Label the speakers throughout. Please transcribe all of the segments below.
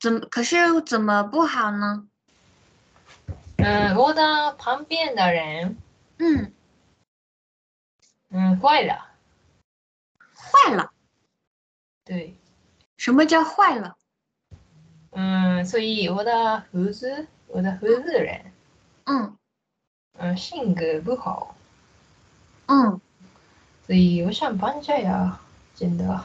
Speaker 1: 怎么可是怎么不好呢？
Speaker 2: 嗯，我的旁边的人，
Speaker 1: 嗯，
Speaker 2: 嗯，坏了。
Speaker 1: 坏了。
Speaker 2: 对，
Speaker 1: 什么叫坏了？
Speaker 2: 嗯，所以我的胡子，我的胡子人，
Speaker 1: 嗯
Speaker 2: 嗯，性格不好，
Speaker 1: 嗯，
Speaker 2: 所以我想搬家呀，真的。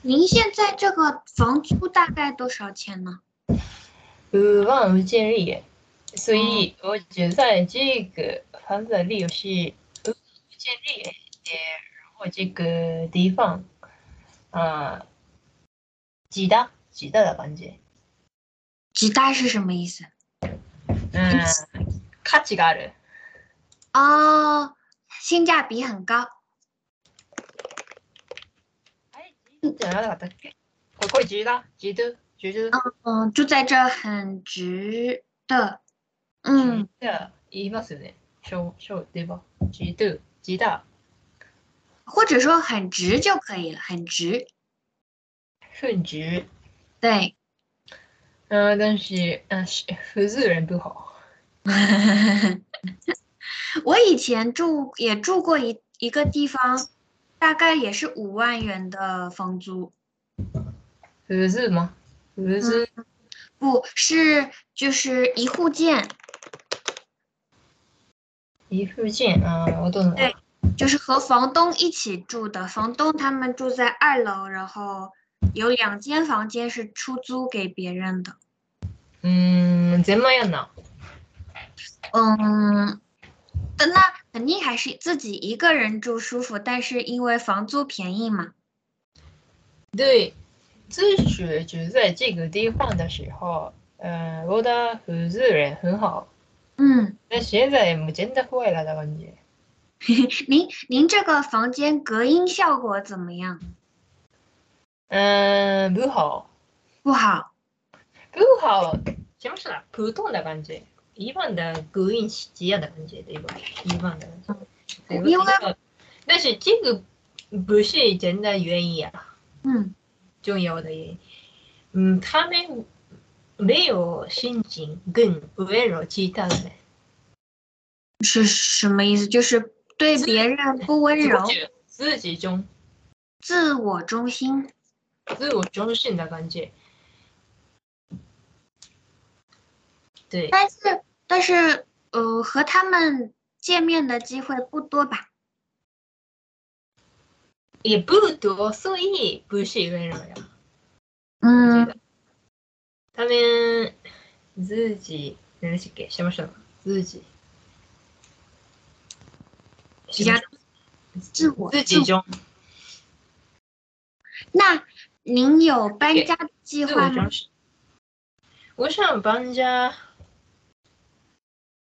Speaker 1: 您现在这个房租大概多少钱呢？
Speaker 2: 五万五千里耶，所以我觉得这个房子里是五万五千里耶，然后这个地方，啊、极大极大的感觉，
Speaker 1: 极大是什么意思？
Speaker 2: 嗯，価値がある。
Speaker 1: 哦，性价比很高。
Speaker 2: 哎，じゃなかったっけ？ここ极大极度极度
Speaker 1: 嗯，住在这儿很值得。嗯，
Speaker 2: じゃあ言いますよね。小小对吧？极度极大，
Speaker 1: 或者说很值就可以了，很值。
Speaker 2: 顺直。
Speaker 1: 对，
Speaker 2: 嗯，但是嗯，是福州人不好。
Speaker 1: 我以前住也住过一一个地方，大概也是五万元的房租，
Speaker 2: 福州吗？福州
Speaker 1: 不是就是一户建，
Speaker 2: 一附近啊，我懂了。
Speaker 1: 对就是和房东一起住的，房东他们住在二楼，然后有两间房间是出租给别人的。
Speaker 2: うん、ゼンマイやんな。
Speaker 1: 嗯，但那肯定还是自己一个人住舒服，但是因为房租便宜嘛，
Speaker 2: 对，自诩住在这个地方的时候，嗯、我的合资人很好，
Speaker 1: 嗯，
Speaker 2: 但现在没真的坏了的感觉。
Speaker 1: 您您这个房间隔音效果怎么样？
Speaker 2: 嗯、不好，
Speaker 1: 不好，
Speaker 2: 不好，什么事了？普通的感觉，一般的隔音是这样的感觉，对吧？一般的感觉。
Speaker 1: 因为
Speaker 2: 但是这个不是真的原因啊。
Speaker 1: 嗯，
Speaker 2: 重要的原因。嗯，他们没有心情跟温柔其他人
Speaker 1: 是什么意思？就是对
Speaker 2: 自
Speaker 1: 别人不温
Speaker 2: 自
Speaker 1: 柔，
Speaker 2: 己自己中
Speaker 1: 自我中心。
Speaker 2: 自我中心的感觉。对，
Speaker 1: 但是但是呃，和他们见面的机会不多吧？
Speaker 2: 也不多，所以不是温柔呀。
Speaker 1: 嗯
Speaker 2: 我觉得他们自己何でしたっけ什么什么自己
Speaker 1: 比较自我
Speaker 2: 自己中
Speaker 1: 那您有搬家的计
Speaker 2: 对
Speaker 1: 划
Speaker 2: 我
Speaker 1: 吗
Speaker 2: 想？是我想搬家。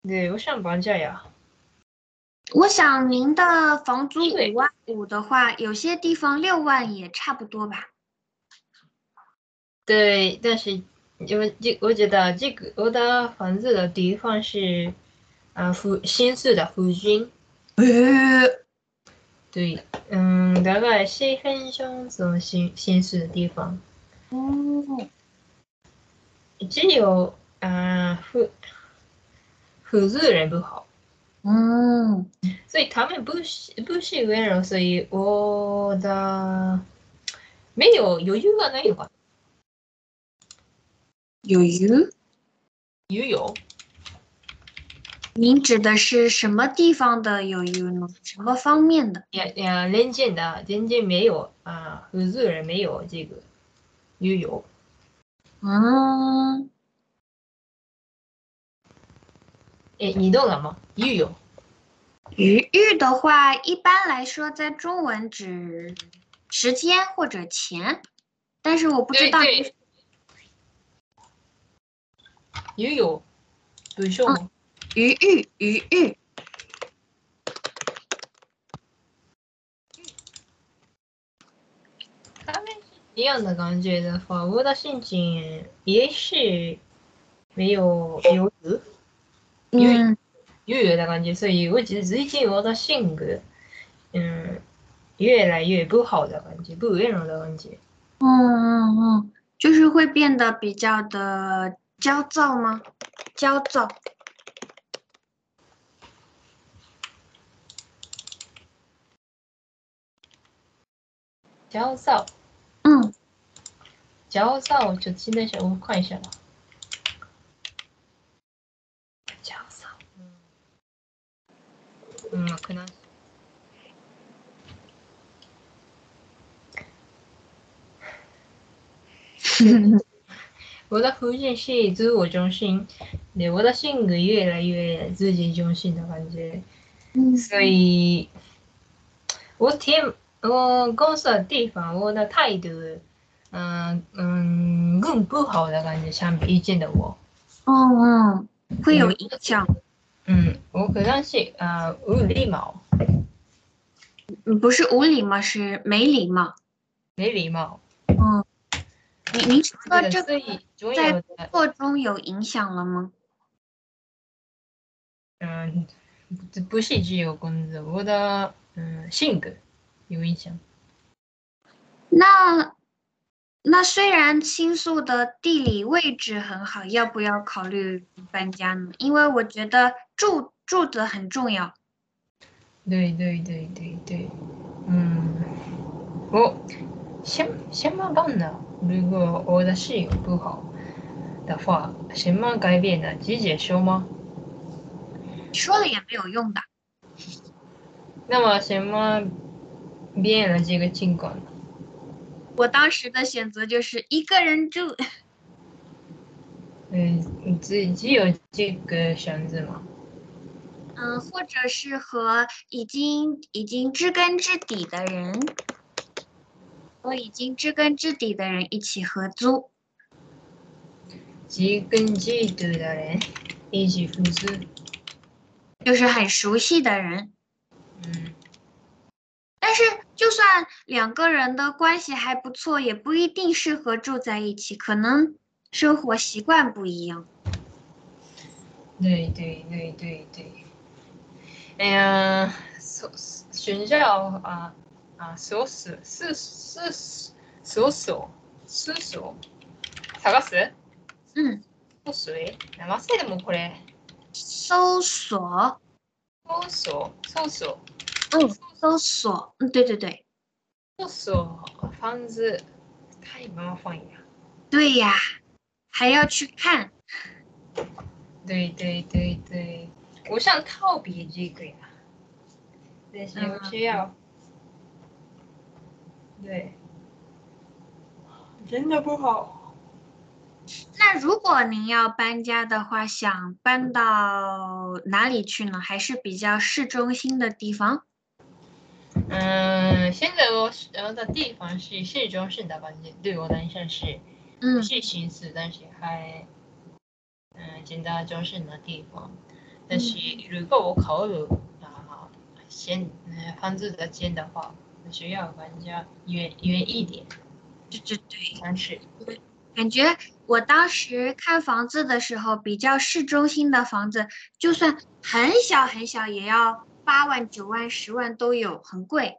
Speaker 2: 对，我想搬家呀。
Speaker 1: 我想您的房租
Speaker 2: 因为
Speaker 1: 五万五的话，有些地方六万也差不多吧。
Speaker 2: 对，但是因为这，我觉得这个我的房子的地方是，啊，附新宿的附近。
Speaker 1: 呃，
Speaker 2: 对，嗯，大概十分钟从新新宿的地方，
Speaker 1: 哦，
Speaker 2: 只有啊，附附近人不好，
Speaker 1: 嗯，
Speaker 2: 所以他们不是不是温柔，所以我的没有余裕がないわ。
Speaker 1: 有余。
Speaker 2: 余裕。
Speaker 1: 您指的是什么地方的有余呢？什么方面的？
Speaker 2: 也也人间的人间没有啊，合资人没有这个旅游，
Speaker 1: 嗯，
Speaker 2: 哎，你懂了吗？旅游，
Speaker 1: 余裕的话，一般来说在中文指时间或者钱，但是我不知道
Speaker 2: 对
Speaker 1: 您
Speaker 2: 对旅游，不是吗？
Speaker 1: 余裕余裕。
Speaker 2: 他们是一样的感觉的话，我的心情也是没有游游余裕
Speaker 1: 嗯，
Speaker 2: 游游的感觉，所以我觉得最近我的性格，嗯，越来越不好的感觉，不温柔的感觉。
Speaker 1: 嗯嗯嗯，就是会变得比较的焦躁吗？焦躁，
Speaker 2: 焦躁，
Speaker 1: 嗯，
Speaker 2: 焦躁，就今天想我看一下吧。焦躁，嗯，嗯，可能。 我的福建是自我中心，对我的性格越来越自己中心的感觉，
Speaker 1: 嗯，
Speaker 2: 所以，我挺我工作的地方我的态度，嗯嗯，更不好的感觉，相比以前的我，
Speaker 1: 嗯嗯，会有影响，
Speaker 2: 嗯，我可能是呃无礼貌，
Speaker 1: 嗯不是无礼貌，是没礼貌。
Speaker 2: 没礼貌，
Speaker 1: 嗯，你您说的这
Speaker 2: 所
Speaker 1: 个
Speaker 2: 以总
Speaker 1: 在
Speaker 2: 有的
Speaker 1: 工作中有影响了吗？
Speaker 2: 嗯，不不是只有工作，我的嗯性格有影响。
Speaker 1: 那那虽然新宿的地理位置很好，要不要考虑搬家呢？因为我觉得住住的很重要。
Speaker 2: 对对对对对，嗯，我先先慢慢的，如果我的室友不好的话，什么改变的直接说吗？
Speaker 1: 说了也没有用的。
Speaker 2: 那么什么变了这个情况？
Speaker 1: 我当时的选择就是一个人住，
Speaker 2: 嗯，只只有这个选择吗？
Speaker 1: 嗯，或者是和已经已经知根知底的人，和已经知根知底的人一起合租。
Speaker 2: 只跟这对的人一起付出，
Speaker 1: 就是很熟悉的人。
Speaker 2: 嗯，
Speaker 1: 但是，就算两个人的关系还不错，也不一定适合住在一起，可能生活习惯不一样。
Speaker 2: 对对对对对。哎呀，所寻找啊啊，所所是是所所所所，探す
Speaker 1: 嗯，
Speaker 2: 所所え、忘れでもこれ。
Speaker 1: 搜索，
Speaker 2: 所所所所
Speaker 1: 嗯，搜索，嗯，对对对，
Speaker 2: 所所，房子太麻烦呀。
Speaker 1: 对呀，还要去看，
Speaker 2: 对对对对，我想逃避这个呀，嗯但是我需要。对，真的不好。
Speaker 1: 那如果您要搬家的话，想搬到哪里去呢？还是比较市中心的地方？
Speaker 2: 嗯，现在我是我的地方是市中心的吧，对我的印象是
Speaker 1: 嗯
Speaker 2: 是新市，但是还嗯，进到中心的地方。但是如果我考虑啊，先嗯房子的钱的话，我需要搬家远远一点，
Speaker 1: 对对对。
Speaker 2: 但是
Speaker 1: 感觉我当时看房子的时候，比较市中心的房子，就算很小很小，也要八万、九万、十万都有，很贵。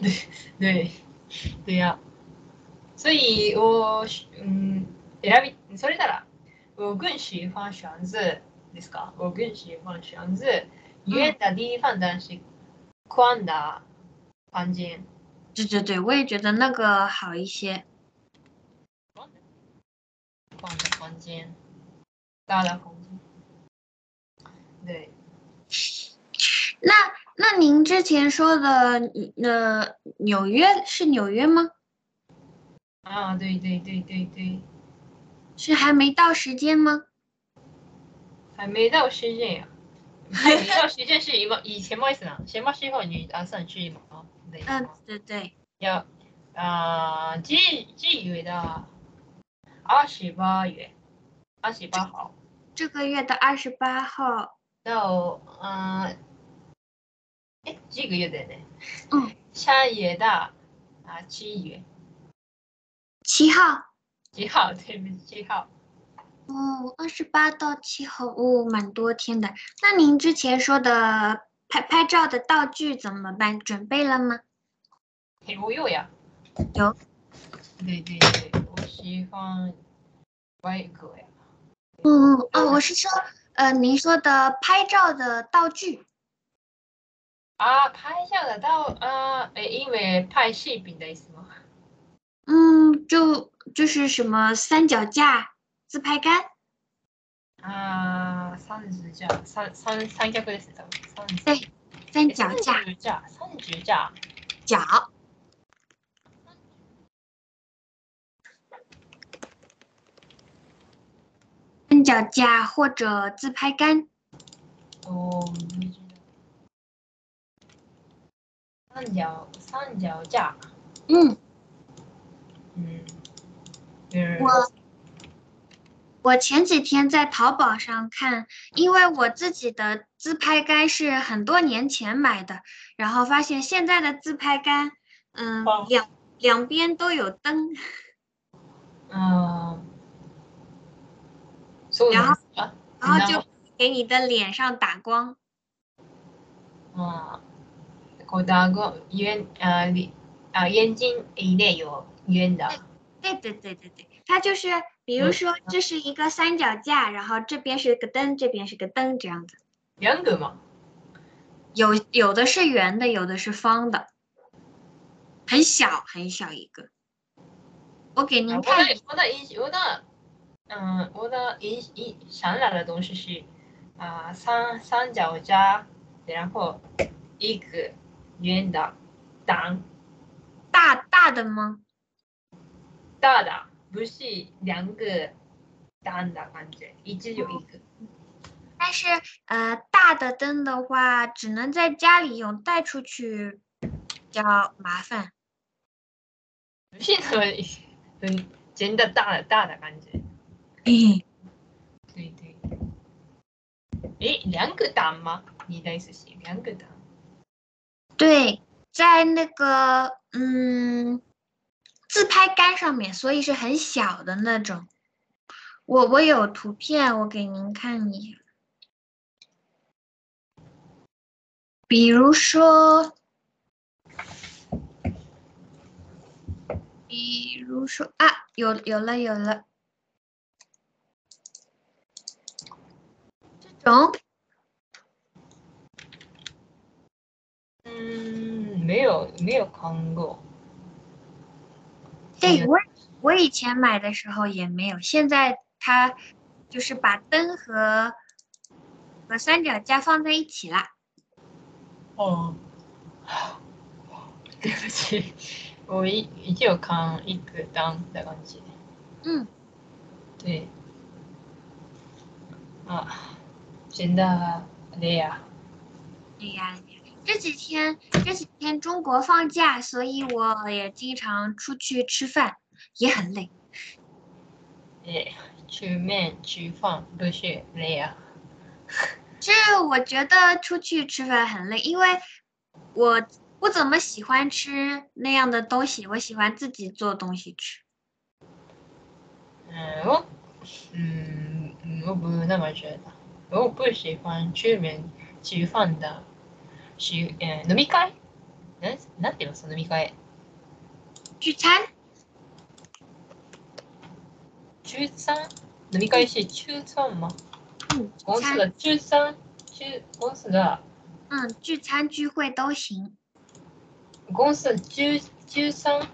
Speaker 2: 对对对呀、所以我嗯選びそれなら我更喜欢选择ですか？我更喜欢选择远的地方，但是宽的房间。
Speaker 1: 对对对，我也觉得那个好一些。
Speaker 2: 宽的宽的房间，大的房间。对，
Speaker 1: 那那您之前说的，呃，纽约是纽约吗？
Speaker 2: 啊，对对对对对，
Speaker 1: 是还没到时间吗？
Speaker 2: 还没到时间呀、还没到时间是今以前もいいっすな。什么时候你打算去吗？对
Speaker 1: 嗯、对对，
Speaker 2: いや、あー、G、G ゆえだ。二十八元，二十八号
Speaker 1: 这个月的二十八号，
Speaker 2: 到嗯，え、这个月だよね。
Speaker 1: 嗯，
Speaker 2: 下月だ。啊，七月
Speaker 1: 七号。
Speaker 2: 七号，对不起，七号。
Speaker 1: 哦，二十八到七号哦，蛮多天的。那您之前说的拍拍照的道具怎么办？准备了吗？
Speaker 2: え、およや。
Speaker 1: 有。
Speaker 2: 对对对，我喜欢外国呀。
Speaker 1: 嗯嗯哦，我是说，呃，您说的拍照的道具。
Speaker 2: 啊，拍下得到啊，诶，因为拍视频的意思吗？
Speaker 1: 嗯，就就是什么三脚架、自拍杆。
Speaker 2: あー、三十じゃ、三三三脚ですね。多分
Speaker 1: 对
Speaker 2: 三十。
Speaker 1: 三脚
Speaker 2: え
Speaker 1: 架
Speaker 2: 30じゃ、三十じゃ。
Speaker 1: 脚。三脚架或者自拍杆，
Speaker 2: おー、20じゃ。三脚、三脚じゃ。
Speaker 1: 嗯，
Speaker 2: うん。うん
Speaker 1: 我我前几天在淘宝上看，因为我自己的自拍杆是很多年前买的，然后发现现在的自拍杆，嗯
Speaker 2: 哦，
Speaker 1: 两两边都有灯，
Speaker 2: あーそうなんですか。
Speaker 1: 然后
Speaker 2: な
Speaker 1: 就给你的脸上打光。
Speaker 2: あーこうだご、ゆえん、あー、りあ、眼睛いねえよ、ゆえんだ。
Speaker 1: 对对对对对，它就是，比如
Speaker 2: 嗯
Speaker 1: 说这是一个三脚架，然后这边是个灯，这边是个灯，这样子。
Speaker 2: ヤングマン。
Speaker 1: 有有的是圆的，有的是方的，很小很小一个。我给您
Speaker 2: 我
Speaker 1: 看
Speaker 2: 的我的印我的嗯我的印印想到的东西是啊、三三脚架，然后一个圆的蛋
Speaker 1: 大大的吗？
Speaker 2: 大的，不是两个蛋的感觉，一直有一个。
Speaker 1: 但是呃，大的灯的话，只能在家里用，带出去比较麻烦。
Speaker 2: 哦不是 那么嗯真的大的大的感觉，哎
Speaker 1: 嘿嘿，
Speaker 2: 对对。诶，两个蛋吗？你的意思是两个蛋？
Speaker 1: 对，在那个嗯自拍杆上面，所以是很小的那种。我我有图片，我给您看一下。比如说，比如说啊，有有了有了，这种
Speaker 2: 嗯，没有没有看过。
Speaker 1: 对我我以前买的时候也没有，现在它就是把灯和和三脚架放在一起啦。
Speaker 2: 哦，对不起，我一一有看一个当的感觉。
Speaker 1: 嗯，
Speaker 2: 对，啊，真的累呀、
Speaker 1: 对呀、这几天这几天中国放假，所以我也经常出去吃饭，也很累。
Speaker 2: 诶，吃面吃饭不是累呀、
Speaker 1: 这我觉得出去吃饭很累，因为我不怎么喜欢吃那样的东西，我喜欢自己做东西吃。
Speaker 2: 嗯，我，嗯，我不那么觉得，我不喜欢吃面吃饭的，是，えー飲み会？なんなんていうのその飲み会？
Speaker 1: 聚餐
Speaker 2: 中三飲み会して中三吗？
Speaker 1: 嗯，聚
Speaker 2: 公司
Speaker 1: 餐，
Speaker 2: 的中三中公司的
Speaker 1: 嗯，聚餐聚会都行。
Speaker 2: 公司中中三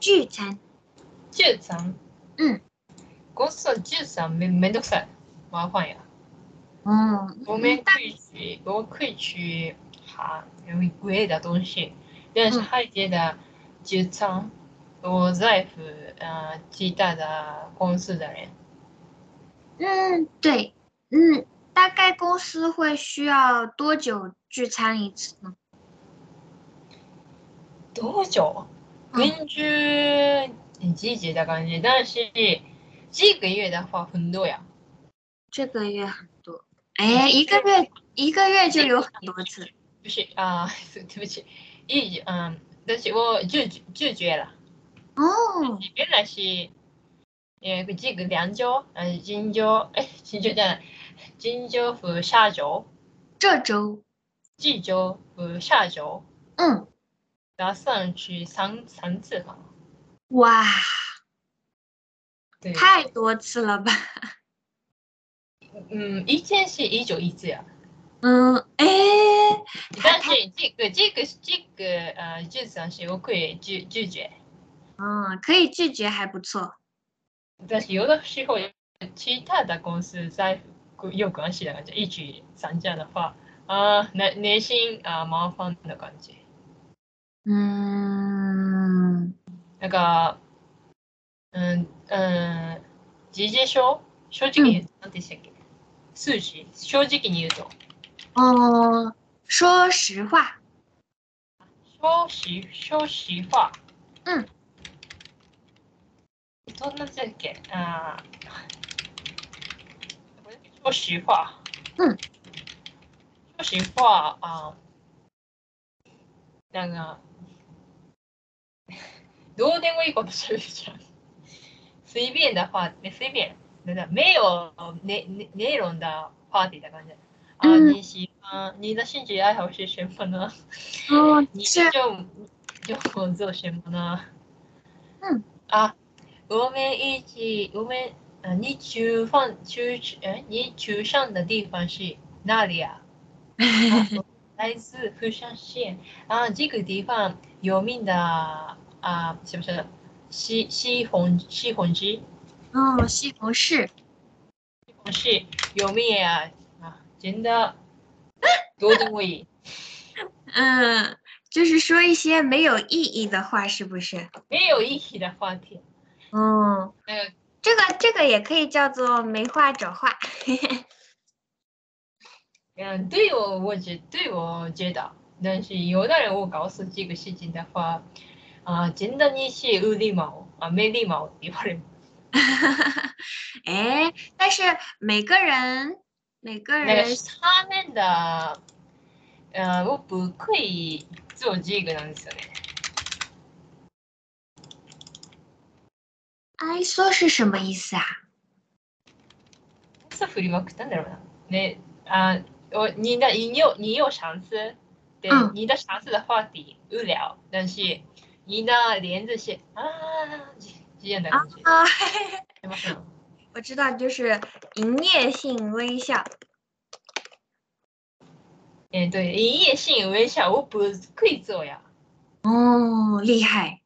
Speaker 1: 聚餐，
Speaker 2: 中三
Speaker 1: 嗯
Speaker 2: 公司的中三めめんどくさい麻烦呀。
Speaker 1: 嗯，
Speaker 2: 我们可以去，我可以去哈，因为贵的东西，但是
Speaker 1: 嗯
Speaker 2: 海底的中三，我在乎呃其他的公司的人。
Speaker 1: 嗯，对，嗯，大概公司会需要多久聚餐一次呢？
Speaker 2: どうしよう
Speaker 1: うん
Speaker 2: 軍中じじだ感じだし、这个月的话很多呀。
Speaker 1: 这个月很多，哎，一个月一个月就有很多次。
Speaker 2: 不是 啊，对不起，一嗯，但是我拒绝拒绝了。
Speaker 1: 哦，
Speaker 2: 原来是，えー、这个良州，嗯，金州，哎，金州じゃない、金州和下州，
Speaker 1: 这周，
Speaker 2: 济州和下州，
Speaker 1: 嗯，
Speaker 2: 打算去三三次嘛。
Speaker 1: 哇，
Speaker 2: 对，
Speaker 1: 太多次了吧？
Speaker 2: 嗯，一天是一周一次呀。
Speaker 1: 嗯，哎，
Speaker 2: 但是这个这个这个呃，日常是我可以拒拒绝，
Speaker 1: 嗯，可以拒绝还不错。
Speaker 2: 但是有的时候其他的公司在有关系的感觉，一起参加的话，啊、内内心啊、麻烦的感觉。
Speaker 1: 嗯，
Speaker 2: なんか、うん、うん、事実書正直に言うと、何でしたっけ数字正直に言うと、
Speaker 1: 哦，说实话，
Speaker 2: 少子、少子化。
Speaker 1: うん。
Speaker 2: どんなんだっけあーこれ少子化。
Speaker 1: うん。
Speaker 2: 少子化、あーなんか、 どうでもいいことしゃべるじゃん。随便だパーティー、随便。なんだ、名誉、ね、ね、ネイロンだパーティーだ感じ。あー、
Speaker 1: うん
Speaker 2: 你喜欢你的兴趣爱好是什么呢？
Speaker 1: 哦，
Speaker 2: 你
Speaker 1: 是
Speaker 2: 就就我做什么呢？
Speaker 1: 嗯
Speaker 2: 啊，我们一起，我们呃，你去放去呃，你去上的地方是哪里 啊？啊我来自福山县啊，这个地方有名的啊，是不是西西红西红柿？
Speaker 1: 嗯，西红柿，
Speaker 2: 西红柿有名啊啊，真 的多得我也
Speaker 1: 嗯，就是说一些没有意义的话，是不是？
Speaker 2: 没有意义的话题。
Speaker 1: 嗯，
Speaker 2: 那个
Speaker 1: 这个这个也可以叫做没话找话。
Speaker 2: 嗯，对我，我觉对我觉得，但是有的人我告诉这个事情的话，啊、真的你是有礼貌啊，没礼貌的人。
Speaker 1: 哎，但是每个人每个
Speaker 2: 那个
Speaker 1: 人
Speaker 2: 是他们的，呃，我不可以做这个なんですよね。
Speaker 1: 爱说是什么意思啊？
Speaker 2: そう振りまくったんだろうな。ね、あ、我你的你有你有上司，对，
Speaker 1: 嗯
Speaker 2: 你的上司的话题无聊，但是你的帘子是啊，这这样的感觉，
Speaker 1: 啊，
Speaker 2: 对吗？
Speaker 1: 我知道，就是营业性微笑。
Speaker 2: えー、と、哎营业性微笑我不可以做呀。
Speaker 1: 哦，厉害。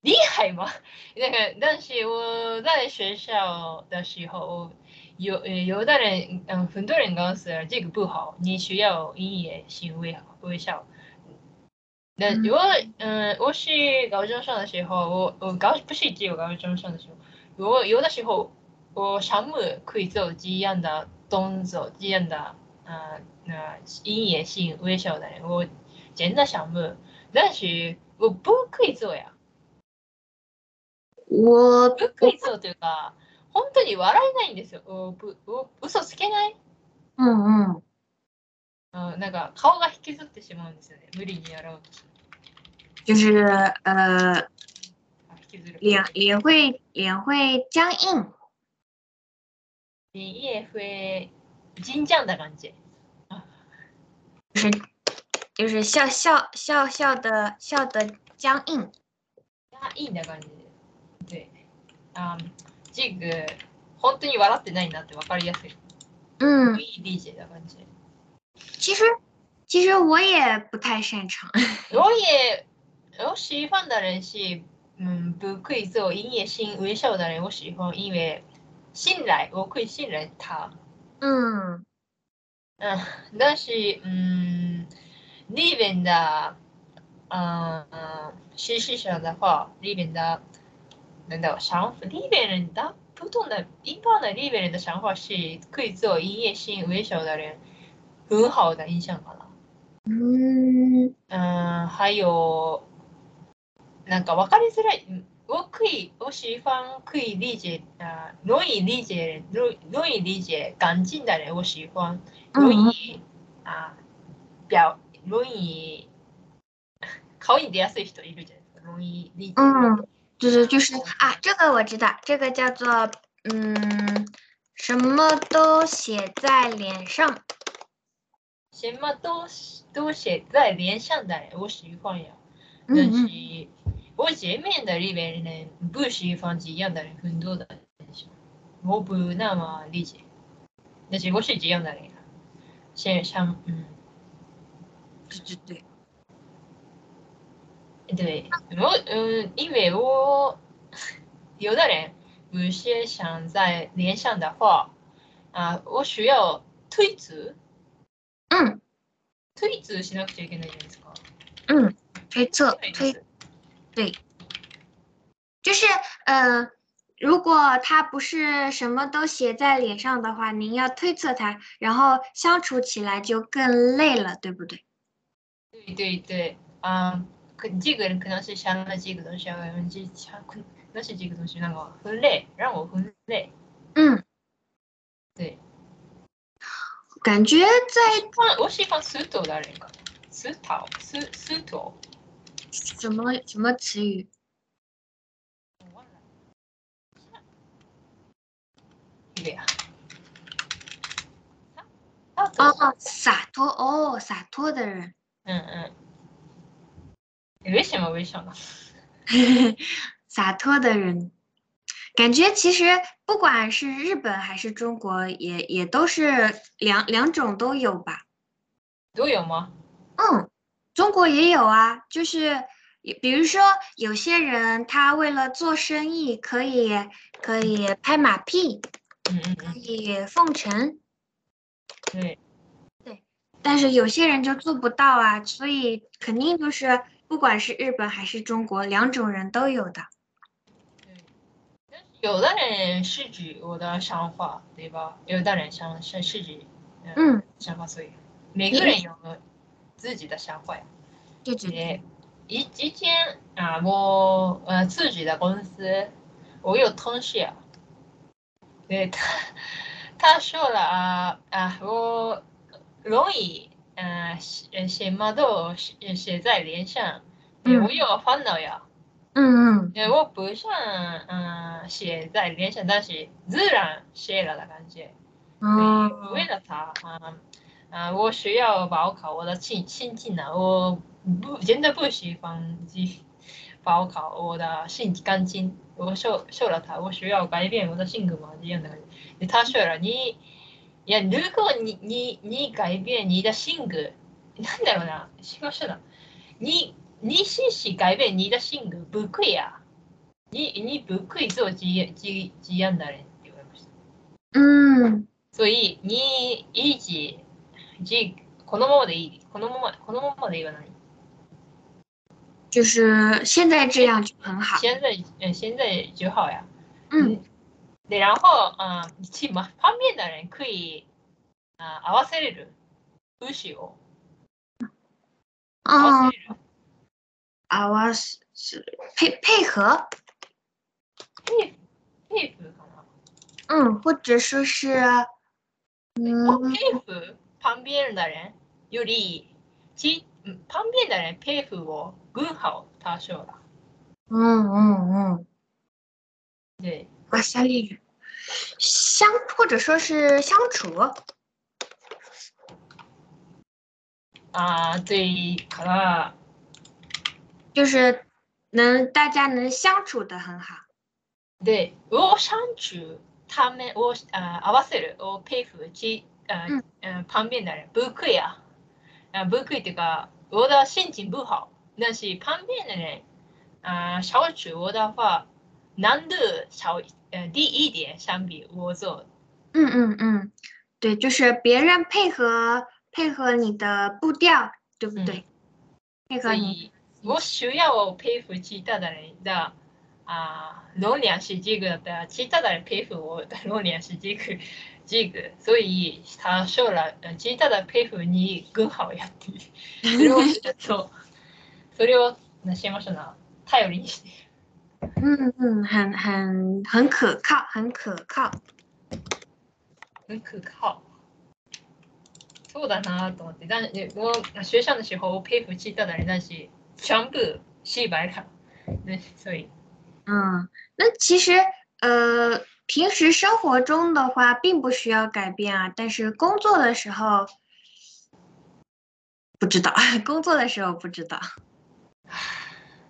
Speaker 2: 厉害吗？ 那个，但是我在学校的时候，有呃有的人，嗯，很多人告诉我这个不好，你需要营业性微微笑。那
Speaker 1: 嗯
Speaker 2: 我，嗯，我是高中生的时候，我呃我高不是只有高中生的时候，我有的时候我项目可以做这样的动作，这样的，呃，那营业性微笑的人，我真的项目，但是我不可以做呀。
Speaker 1: 我
Speaker 2: 不可以そうというか、本当に笑えないんですよ。おぶお嘘つけない、
Speaker 1: 嗯嗯
Speaker 2: うん、なんか顔が引きずってしまうんですよね。無理にやろうとする。
Speaker 1: 就是呃，
Speaker 2: あ引きずる。
Speaker 1: 脸脸会脸会僵硬。
Speaker 2: EFA、じんちゃんだ感じ。
Speaker 1: 就是笑笑笑笑的笑的僵硬。
Speaker 2: あ、いいんだ感じ。で、あジグ、本当に笑ってないなって分かりやすい。
Speaker 1: 嗯，
Speaker 2: いい DJ だ感じ。
Speaker 1: 其实其实我也不太擅长。
Speaker 2: 我也，我喜欢的人是，嗯，不可以做音乐性微笑的人，我喜欢，因为信赖，我可以信任他。
Speaker 1: 嗯
Speaker 2: 嗯，但是嗯，里面的嗯实习生的话，里面的呃难道想法？里面人的普通的一般的里面人的想法是可以做音乐性微笑的人，很好的印象可能。
Speaker 1: 嗯
Speaker 2: 嗯，还有なんか分かりづらい。うん我可以，我喜欢可以理解，呃，容易理解，容容易理解感情的人，我喜欢。容
Speaker 1: 嗯
Speaker 2: 易あ表ロイ呃顔に出やすい人いるじゃないですか。ロイリ
Speaker 1: 嗯，就是就是
Speaker 2: 哦
Speaker 1: 啊，这个我知道，这个叫做嗯，什么都写在脸上。
Speaker 2: 什么都都写在脸上的人，我喜欢呀。但
Speaker 1: 嗯嗯
Speaker 2: 是我前面的里面呢，不喜欢这样的人很多的，我不那么理解，但是我是这样的人，先上嗯，
Speaker 1: 对对对，
Speaker 2: 对我嗯，因为我有的人不是想在脸上的话啊，我需要推辞，
Speaker 1: 嗯
Speaker 2: 推辞しなくちゃいけないじゃないですか。
Speaker 1: 嗯，推测
Speaker 2: 对
Speaker 1: 推就是呃，如果他不是什么都写在脸上的话，您要推测他，然后相处起来就更累了，对不对？
Speaker 2: 对对对，啊，可这个人可能是想了这个东西，我们这想可能是这个东西让我很累，让我很累。
Speaker 1: 嗯，
Speaker 2: 对，
Speaker 1: 感觉在
Speaker 2: 我我喜欢石头的人かな，石头石石头，
Speaker 1: 什么什么词语？
Speaker 2: 我忘了。对呀。啊
Speaker 1: 哦
Speaker 2: あ、，
Speaker 1: 洒脱哦，洒脱的人。
Speaker 2: 嗯嗯。え为什么为什么？
Speaker 1: 洒脱的人，感觉其实不管是日本还是中国，也也都是两两种都有吧。
Speaker 2: どうよ吗？
Speaker 1: 嗯，中国也有啊，就是也比如说有些人他为了做生意，可以可以拍马屁，
Speaker 2: 嗯嗯
Speaker 1: 可
Speaker 2: 嗯，
Speaker 1: 以奉承，
Speaker 2: 对，
Speaker 1: 但是有些人就做不到啊，所以肯定就是不管是日本还是中国，两种人都有的。
Speaker 2: 对。但是有的人是指我的想法，对吧？有的人想是是指，嗯
Speaker 1: 嗯，
Speaker 2: 想法所以每个人有自己的想法呀。
Speaker 1: 对对对
Speaker 2: で、以以前啊，我呃自己的公司，我有同事啊，对他他说了啊啊，我容易嗯、呃写呃写嘛都写写在脸上，对
Speaker 1: 嗯
Speaker 2: 我有烦恼呀。
Speaker 1: 嗯嗯，
Speaker 2: 对，我不想嗯写在脸上，但是自然写了的感觉。对，为
Speaker 1: 哦，
Speaker 2: 了他，嗯，啊，我需要报考我的亲亲戚呢，我不真的不喜欢去报考我的性感情，我受受了他，我需要改变我的性格嘛，这样的感觉。对他说了，你，いや、如果你你你改变你的性格，なんだろうな、しましょうな。你你试试改变你的性格，不会呀、你你不会做这这这样的人って言われました。
Speaker 1: 嗯。
Speaker 2: 所以你一直じこのままでいいこのままこのままでいいわない
Speaker 1: 就是现在这样就很好。
Speaker 2: 现在嗯现在就好呀。
Speaker 1: 嗯，
Speaker 2: で然后嗯去嘛方便的人可以啊合わせれる不使を合わ
Speaker 1: 哦
Speaker 2: せれる
Speaker 1: 啊，我是是配配合，
Speaker 2: テープかな
Speaker 1: 嗯，或者说是，嗯，
Speaker 2: テープ方便的人よりちうん方便的人ペープを軍派を多少だ。
Speaker 1: 嗯嗯嗯，
Speaker 2: で
Speaker 1: 哇塞，利人相或者说是相处，
Speaker 2: あーでから
Speaker 1: 就是能大家能相处的很好。
Speaker 2: で、ウォーシャンチュー、ため、ウォーあ合わせる、ウォーペイフ、チ、あ
Speaker 1: うん
Speaker 2: うん、パンビンダル、ブークイや。あブークイっていうか、ウォーダーシンチンブーハオ。だし、パンビンダル、あシャオチュー、ウォーダーファー、なんでシャオ、え、第一点相比我做。
Speaker 1: 嗯嗯嗯，对，就是别人配合配合你的步调，对不
Speaker 2: 嗯
Speaker 1: 对？配
Speaker 2: 所
Speaker 1: 合你，
Speaker 2: 以、我需要佩服其他的人的啊，容量是这个的，其他的人佩服我的容量是这个，这个，所以他说了，呃其他的佩服你更好やっていう。それをちょっと、それをなしましょうな、頼りにして。
Speaker 1: 嗯嗯，很很很可靠，很可靠。
Speaker 2: うん、可靠。そうだなと思って、だで我学校的时候佩服其他的人，但是全部失败了。对，所以
Speaker 1: 嗯，那其实呃，平时生活中的话，并不需要改变啊，但是工作的时候 不知道，工作的时候不知道。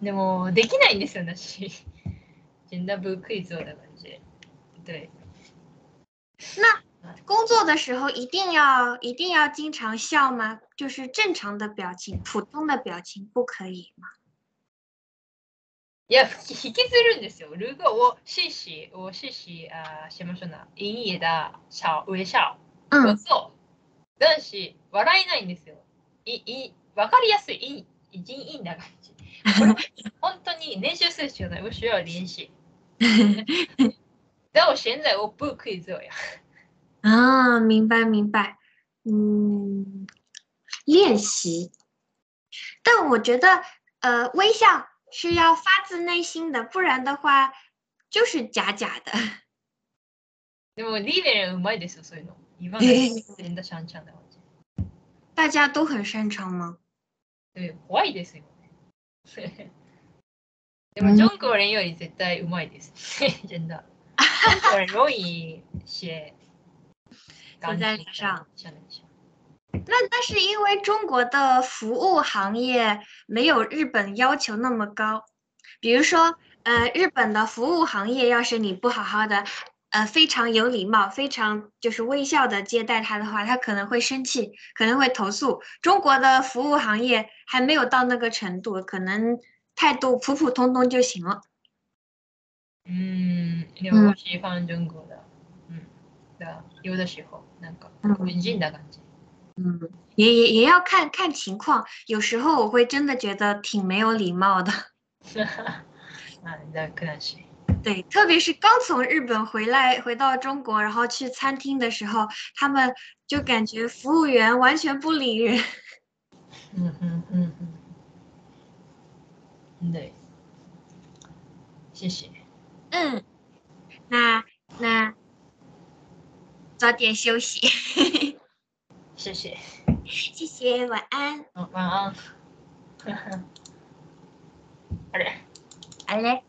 Speaker 2: でも、できないんですよ、私。 ジェンダーブークイズをだ感じ。对。
Speaker 1: 工作的时候一定要一定要经常笑吗？就是正常的表情，普通的表情不可以吗？
Speaker 2: いや、引きずるんですよ。如果我谢谢，我谢谢啊，什么什么，盈盈的笑微笑，我
Speaker 1: 嗯
Speaker 2: 做。但是笑えないんですよ。いいわかりやすい、いい、人員な感じ。これ本当に練習する必要ない。後ろは練習。但我现在我不可以这样。
Speaker 1: 啊，明白明白，嗯，练习。但我觉得，呃，微笑是要发自内心的，不然的话就是假假的。
Speaker 2: でもリーベルうまいですよ、そういうの。今の全然シャンシャンな感じ。
Speaker 1: 大家都很擅长吗？
Speaker 2: でも怖いですよ ね。でもジョンコーレンより絶対うまいです。 ジェンダー。ジョンコーレン容易些。
Speaker 1: 现在是上
Speaker 2: 上。
Speaker 1: 那但是因为中国的服务行业没有日本要求那么高，比如说，呃，日本的服务行业要是你不好好的，呃，非常有礼貌，非常就是微笑的接待他的话，他可能会生气，可能会投诉。中国的服务行业还没有到那个程度，可能态度普普通通就行了。
Speaker 2: うーん。でも私ファンジョンコーだ。うん。だ、よだしほ。なんか、日人な感じ。
Speaker 1: 嗯，也也也要看看情况，有时候我会真的觉得挺没有礼貌的。
Speaker 2: あ、だ、くなし。
Speaker 1: 对，特别是刚从日本回来，回到中国，然后去餐厅的时候，他们就感觉服务员完全不理人。
Speaker 2: うんうんうんうん。で、シシ。
Speaker 1: 嗯， 那那早点休息，
Speaker 2: シシ。
Speaker 1: 谢谢，晚安。
Speaker 2: 晚安。あれ
Speaker 1: 好嘞。